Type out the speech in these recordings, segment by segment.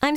I'm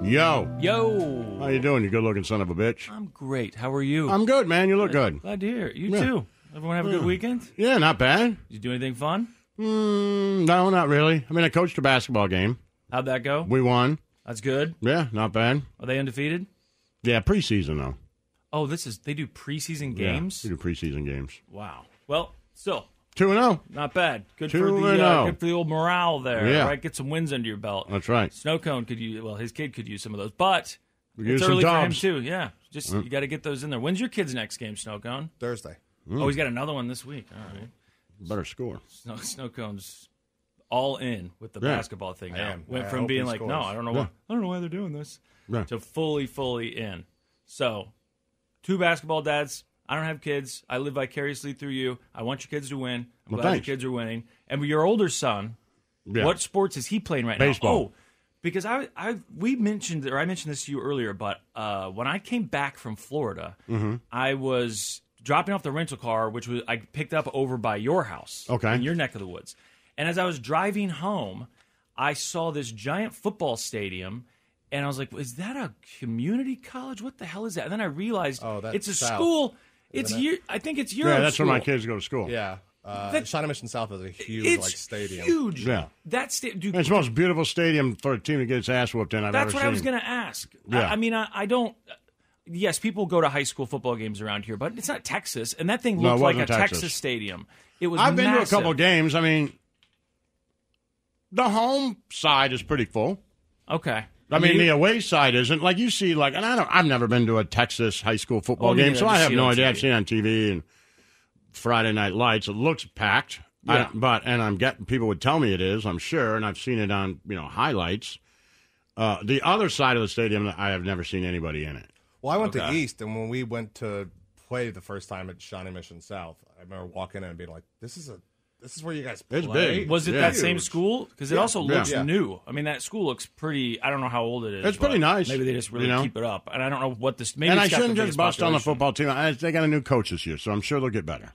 Yo, Yo, how you doing? You good-looking son of a bitch. I'm great. How are you? I'm good, man. You look good. glad to hear. it. You Yeah. too. Everyone have a good weekend? Did Yeah, not bad. you do anything fun? Mm, no, not really. I mean, I coached a basketball game. How'd that go? We won. That's good. Yeah, not bad. Are they undefeated? Yeah, preseason though. Oh, this is they do preseason Yeah, games. we do preseason games. Wow. Well, still Two and oh, zero. not bad. Good Two for and the uh, oh. good for the old morale there. Yeah. Uh, Right. Get some wins under your belt. That's right. Snow cone could you? Well, his kid could use some of those, but We it's use some Uh. early for him dubs. too. Yeah. Just you got to get those in there. When's your kid's next game? Snow cone. Thursday. Oh, he's got another one this week. All right. Better score. Snow, snow cones all in with the Yeah. basketball thing. I Now. am. Went I from hope being he like, no, scores. I don't know why, I don't know why they're doing this, Yeah. to fully, fully in. So, two basketball dads. I don't have kids. I live vicariously through you. I want your kids to win. I'm Well, glad thanks. your kids are winning. And your older son, Yeah. what sports is he playing right Baseball. now? Oh, because I, I, we mentioned or I mentioned this to you earlier, but uh, when I came back from Florida, Mm-hmm. I was dropping off the rental car, which was I picked up over by your house, Okay. in your neck of the woods. And as I was driving home, I saw this giant football stadium. And I was like, "Is that a community college? What the hell is that?" And then I realized, Oh, that's it's a south, school. It's year. I think it's Euro Yeah, that's school. where my kids go to school. Yeah. Uh, That- Shawnee Mission South is a huge it's like stadium. Huge. Yeah. That sta- dude, It's the most beautiful stadium for a team to get its ass whooped in I've That's ever what seen. I was going to ask. I, Yeah. I mean, I, I don't. Yes, people go to high school football games around here, but it's not Texas, and that thing No, it looked like a wasn't Texas. Texas. stadium. It was. I've been to a couple massive. games. I mean, the home side is pretty full. Okay. I mean, you- the away side isn't like you see, like, and I don't. I've never been to a Texas high school football Oh, game, yeah, so I I just have see it no on idea. I've TV. seen it on TV and Friday Night Lights. It looks packed, I Yeah. don't- but and I'm getting people would tell me it is. I'm sure, and I've seen it on you know highlights. Uh, the other side of the stadium, I have never seen anybody in it. Well, I went to Okay. East, and when we went to play the first time at Shawnee Mission South, I remember walking in and being like, "This is a, this is where you guys play." It's big. was it Yeah. that same school? Because it also looks Yeah. new. I mean, that school looks pretty. I don't know how old it is. It's pretty but nice, Maybe they just really you know? keep it up, and I don't know what this. Maybe and it's I got the shouldn't just biggest bust on the population. football team. I, they got a new coach this year, so I'm sure they'll get better.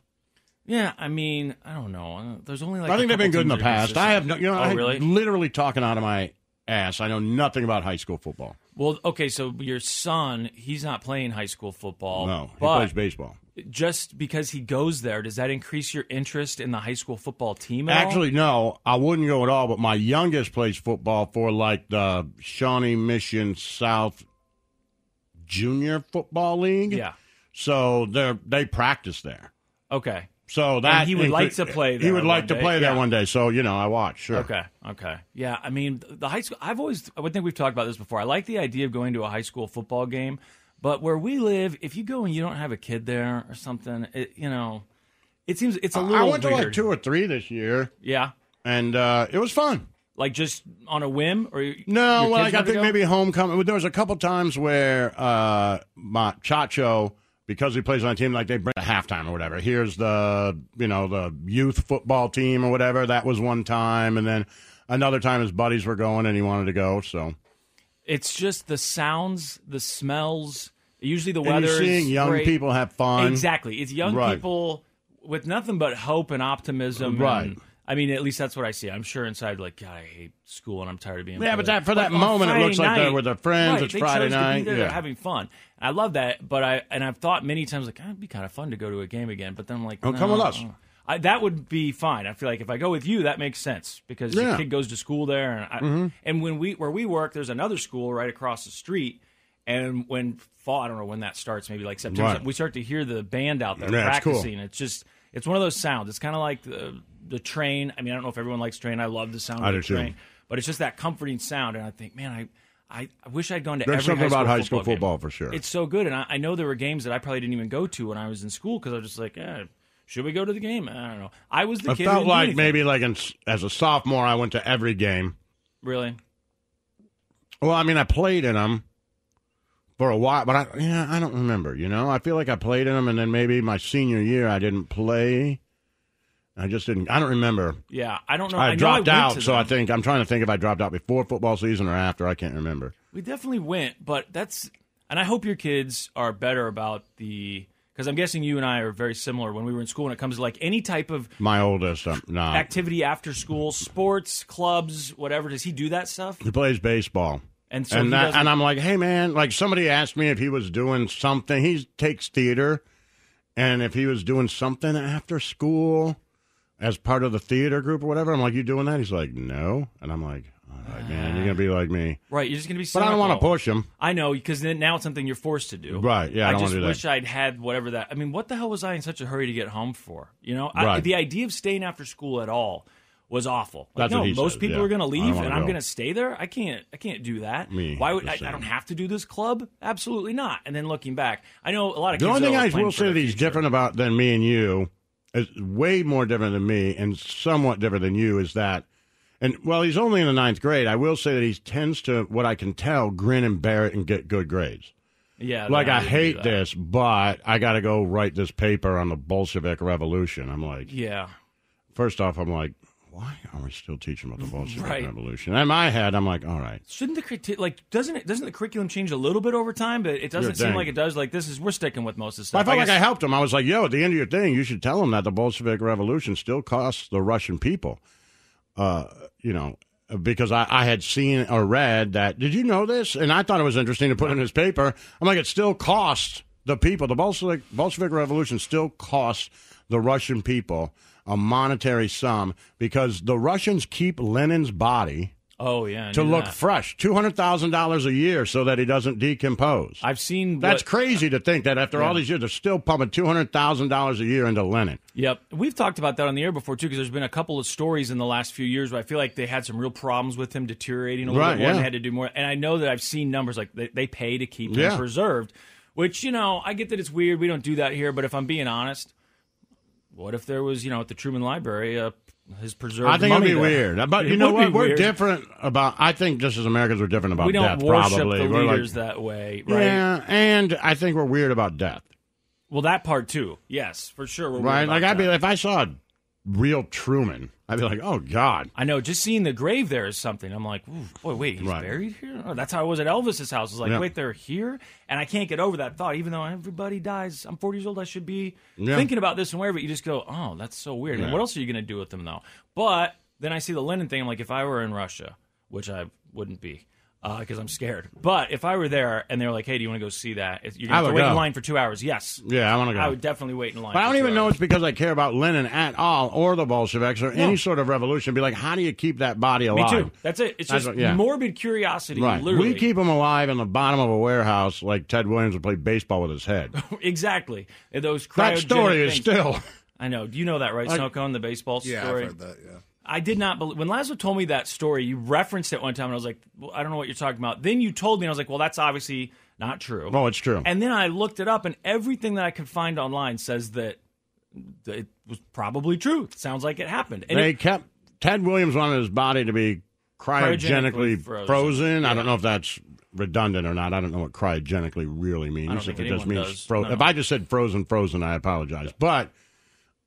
Yeah, I mean, I don't know. Uh, There's only like I think a they've been couple good in the teams that are past. I have no, you know, consistent. I oh really? literally talking out of my ass. I know nothing about high school football. Well, okay, so your son, he's not playing high school football. no, he Oh, but plays baseball. just because he goes there, does that increase your interest in the high school football team? At all? Actually, no, I wouldn't go at all. But my youngest plays football for like the Shawnee Mission South Junior Football League. yeah. So they they practice there. Okay. So that he would like to play He there would like one to day, play there yeah. one day. So you know, I watch. Sure. Okay. Okay. Yeah. I mean, th- the high school. I've always. I would think we've talked about this before. I like the idea of going to a high school football game, but where we live, if you go and you don't have a kid there or something, it, you know, it seems it's a little. I went to like weird. two or three this year, Yeah. and uh, it was fun. Like just on a whim, or you- No, your well, kids like, I wanted to think go? maybe homecoming. There was a couple times where uh, my Chacho, because he plays on a team, like they bring a halftime or whatever. Here's the you know the youth football team or whatever. That was one time, and then another time his buddies were going and he wanted to go. So it's just the sounds, the smells. Usually the and weather. you're seeing is young great. people have fun. Exactly. It's young Right. people with nothing but hope and optimism. Right. And I mean, at least that's what I see. I'm sure inside, like, God, I hate school and I'm tired of being. Yeah, but bullied." that- for that on moment, it looks Friday like they're night- with their friends, Right, it's they Friday chose to be night, there, yeah. They're having fun. I love that, but I and I've thought many times like, "Ah, it'd be kind of fun to go to a game again. But then I'm like, Oh, come no. with us. I, that would be fine. I feel like if I go with you, that makes sense because Yeah. your kid goes to school there, and I, Mm-hmm. and when we where we work, there's another school right across the street. And when fall, I don't know when that starts, maybe like September, Right. we start to hear the band out there Yeah, it's cool. practicing. It's just it's one of those sounds. It's kind of like the the train. I mean, I don't know if everyone likes train. I love the sound I of do the too. train, but it's just that comforting sound. And I think, man, I. I, I wish I'd gone to There's every something high school about high school football, game. football for sure. It's so good, and I, I know there were games that I probably didn't even go to when I was in school because I was just like, eh, should we go to the game? I don't know. I was the I kid. who felt didn't do like anything. maybe like in, as a sophomore, I went to every game. really. Well, I mean, I played in them for a while, but I yeah, I don't remember. You know, I feel like I played in them, and then maybe my senior year I didn't play. I just didn't. I don't remember. Yeah, I don't know. I, know dropped went out, to so I them. think I'm trying to think if I dropped out before football season or after. I can't remember. We definitely went, but that's and I hope your kids are better about the because I'm guessing you and I are very similar when we were in school when it comes to like any type of My oldest, um, no, activity after school, sports, clubs, whatever. Does he do that stuff? he plays baseball. And so he and, that, doesn't- and I'm like, hey man, like somebody asked me if he was doing something. He takes theater, and if he was doing something after school as part of the theater group or whatever. I'm like, you doing that? He's like, no. And I'm like, all right, man, you're gonna be like me. Right, you're just gonna be. But I don't want to cynical. push him. I know because then now it's something you're forced to do. Right, yeah, I don't wanna just do that. wish I'd had whatever that. I mean, what the hell was I in such a hurry to get home for? You know, I, Right. the idea of staying after school at all was awful. Like, That's no, what he most says, people yeah. are going to I don't leave, wanna and I'm go. going to stay there. I can't. I can't do that. Me, Why would the I, same. I? don't have to do this club. Absolutely not. And then looking back, I know a lot of The kids only though, thing are I planning will for say their that he's future. different about than me and you is way more different than me and somewhat different than you is that, and well, he's only in the ninth grade. I will say that he tends to, what I can tell, grin and bear it and get good grades. Yeah, like no, I wouldn't do hate that. this, but I got to go write this paper on the Bolshevik Revolution. I'm like, Yeah, first off, I'm like, why are we still teaching about the Bolshevik Right. Revolution? In my head, I'm like, all right, shouldn't the criti- like doesn't it doesn't the curriculum change a little bit over time? But it doesn't seem dang. like it does. Like this is we're sticking with most of the I stuff. felt like I guess- helped him. I was like, yo, at the end of your thing, you should tell him that the Bolshevik Revolution still costs the Russian people. Uh, you know, because I, I had seen or read that. Did you know this? And I thought it was interesting to put in his paper. I'm like, it still costs the people. The Bolshevik, Bolshevik Revolution still costs the Russian people a monetary sum because the Russians keep Lenin's body oh yeah, I to knew look that. fresh $200,000 a year so that he doesn't decompose. I've seen That's what- crazy to think that after all these years, they're still pumping two hundred thousand dollars a year into Lennon. Yep, we've talked about that on the air before too, because there's been a couple of stories in the last few years where I feel like they had some real problems with him deteriorating a little Right, bit more. And yeah. they had to do more, and I know that I've seen numbers like they, they pay to keep Yeah. him preserved, which you know I get that it's weird. We don't do that here, but if I'm being honest, what if there was you know at the Truman Library uh, his preserved? I think it'd mummy be there? weird, Uh, but It you know would be what? We're weird. different about. I think just as Americans, we're different about We don't death. worship probably the We're like- leaders that way, right? Yeah, and I think we're weird about death. Well, that part too. Yes, for sure. We're weird Right? about Like I'd that. be if I saw a real Truman, I'd be like, oh God. I know. Just seeing the grave there is something. I'm like, Ooh, boy, wait, he's Right. buried here. Oh, that's how I was at Elvis's house. I was like, Yeah. wait, they're here, and I can't get over that thought. Even though everybody dies, I'm 40 years old. I should be Yeah. thinking about this and where. But you just go, oh, that's so weird. And Yeah. what else are you going to do with them though? But then I see the Lenin thing. I'm like, if I were in Russia, which I wouldn't be. Because I'm scared, but if I were there and they were like, "Hey, do you want to go see that?" If You're gonna I have to would wait in go. line for two hours. Yes, Yeah, I want to go. I would definitely wait in line. but I for don't two even know hours. it's because I care about Lenin at all, or the Bolsheviks, or any sort of revolution. Be like, how do you keep that body Me alive? too. That's it. It's That's just what- yeah. morbid curiosity. Right. Literally, We keep them alive in the bottom of a warehouse like Ted Williams would play baseball with his head. exactly. And Those that cryogenic story is things. still. I know. Do you know that, right, Snowcone? The baseball Yeah, story. I've heard that. Yeah. I did not believe when Lazo told me that story. You referenced it one time, and I was like, well, I don't know what you're talking about. Then you told me, and I was like, well, that's obviously not true. Oh, it's true. And then I looked it up, and everything that I could find online says that that it was probably true. It sounds like it happened. And they it- kept Ted Williams wanted his body to be cryogenically, Cryogenically frozen. frozen. I don't know if that's redundant or not. I don't know what cryogenically really means. I don't think if it just anyone means does. fro- No. if I just said frozen, frozen, I apologize. But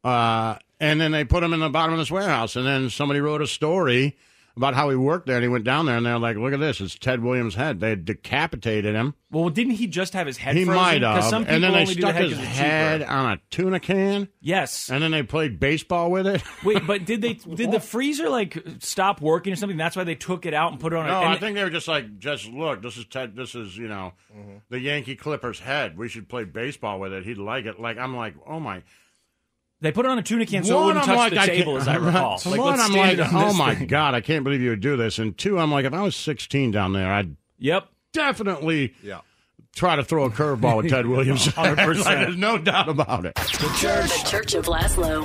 uh, and then they put him in the bottom of this warehouse, and then somebody wrote a story about how he worked there. And he went down there, and they're like, "Look at this! It's Ted Williams' head. They decapitated him. Well, didn't he just have his head He frozen? might 'Cause have. Some and then people they only do the stuck head his 'cause it's head cheaper. on a tuna can, Yes. and then they played baseball with it. Wait, but did they? Did the freezer like stop working or something? That's why they took it out and put it on. No, a, and I think they were just like, just look, this is Ted, this is you know, Mm-hmm. the Yankee Clippers head. We should play baseball with it. He'd like it. Like I'm like, oh my. they put it on a tuna can so it wouldn't touch the can't- table, as I Right. recall. So Like, one, let's I'm stand like, it on oh this my thing. god, I can't believe you would do this. And two, I'm like, if I was 16 down there, I'd Yep. definitely Yeah. try to throw a curveball at Ted Williams. 100%. Like, there's no doubt about it. The Church of Laszlo.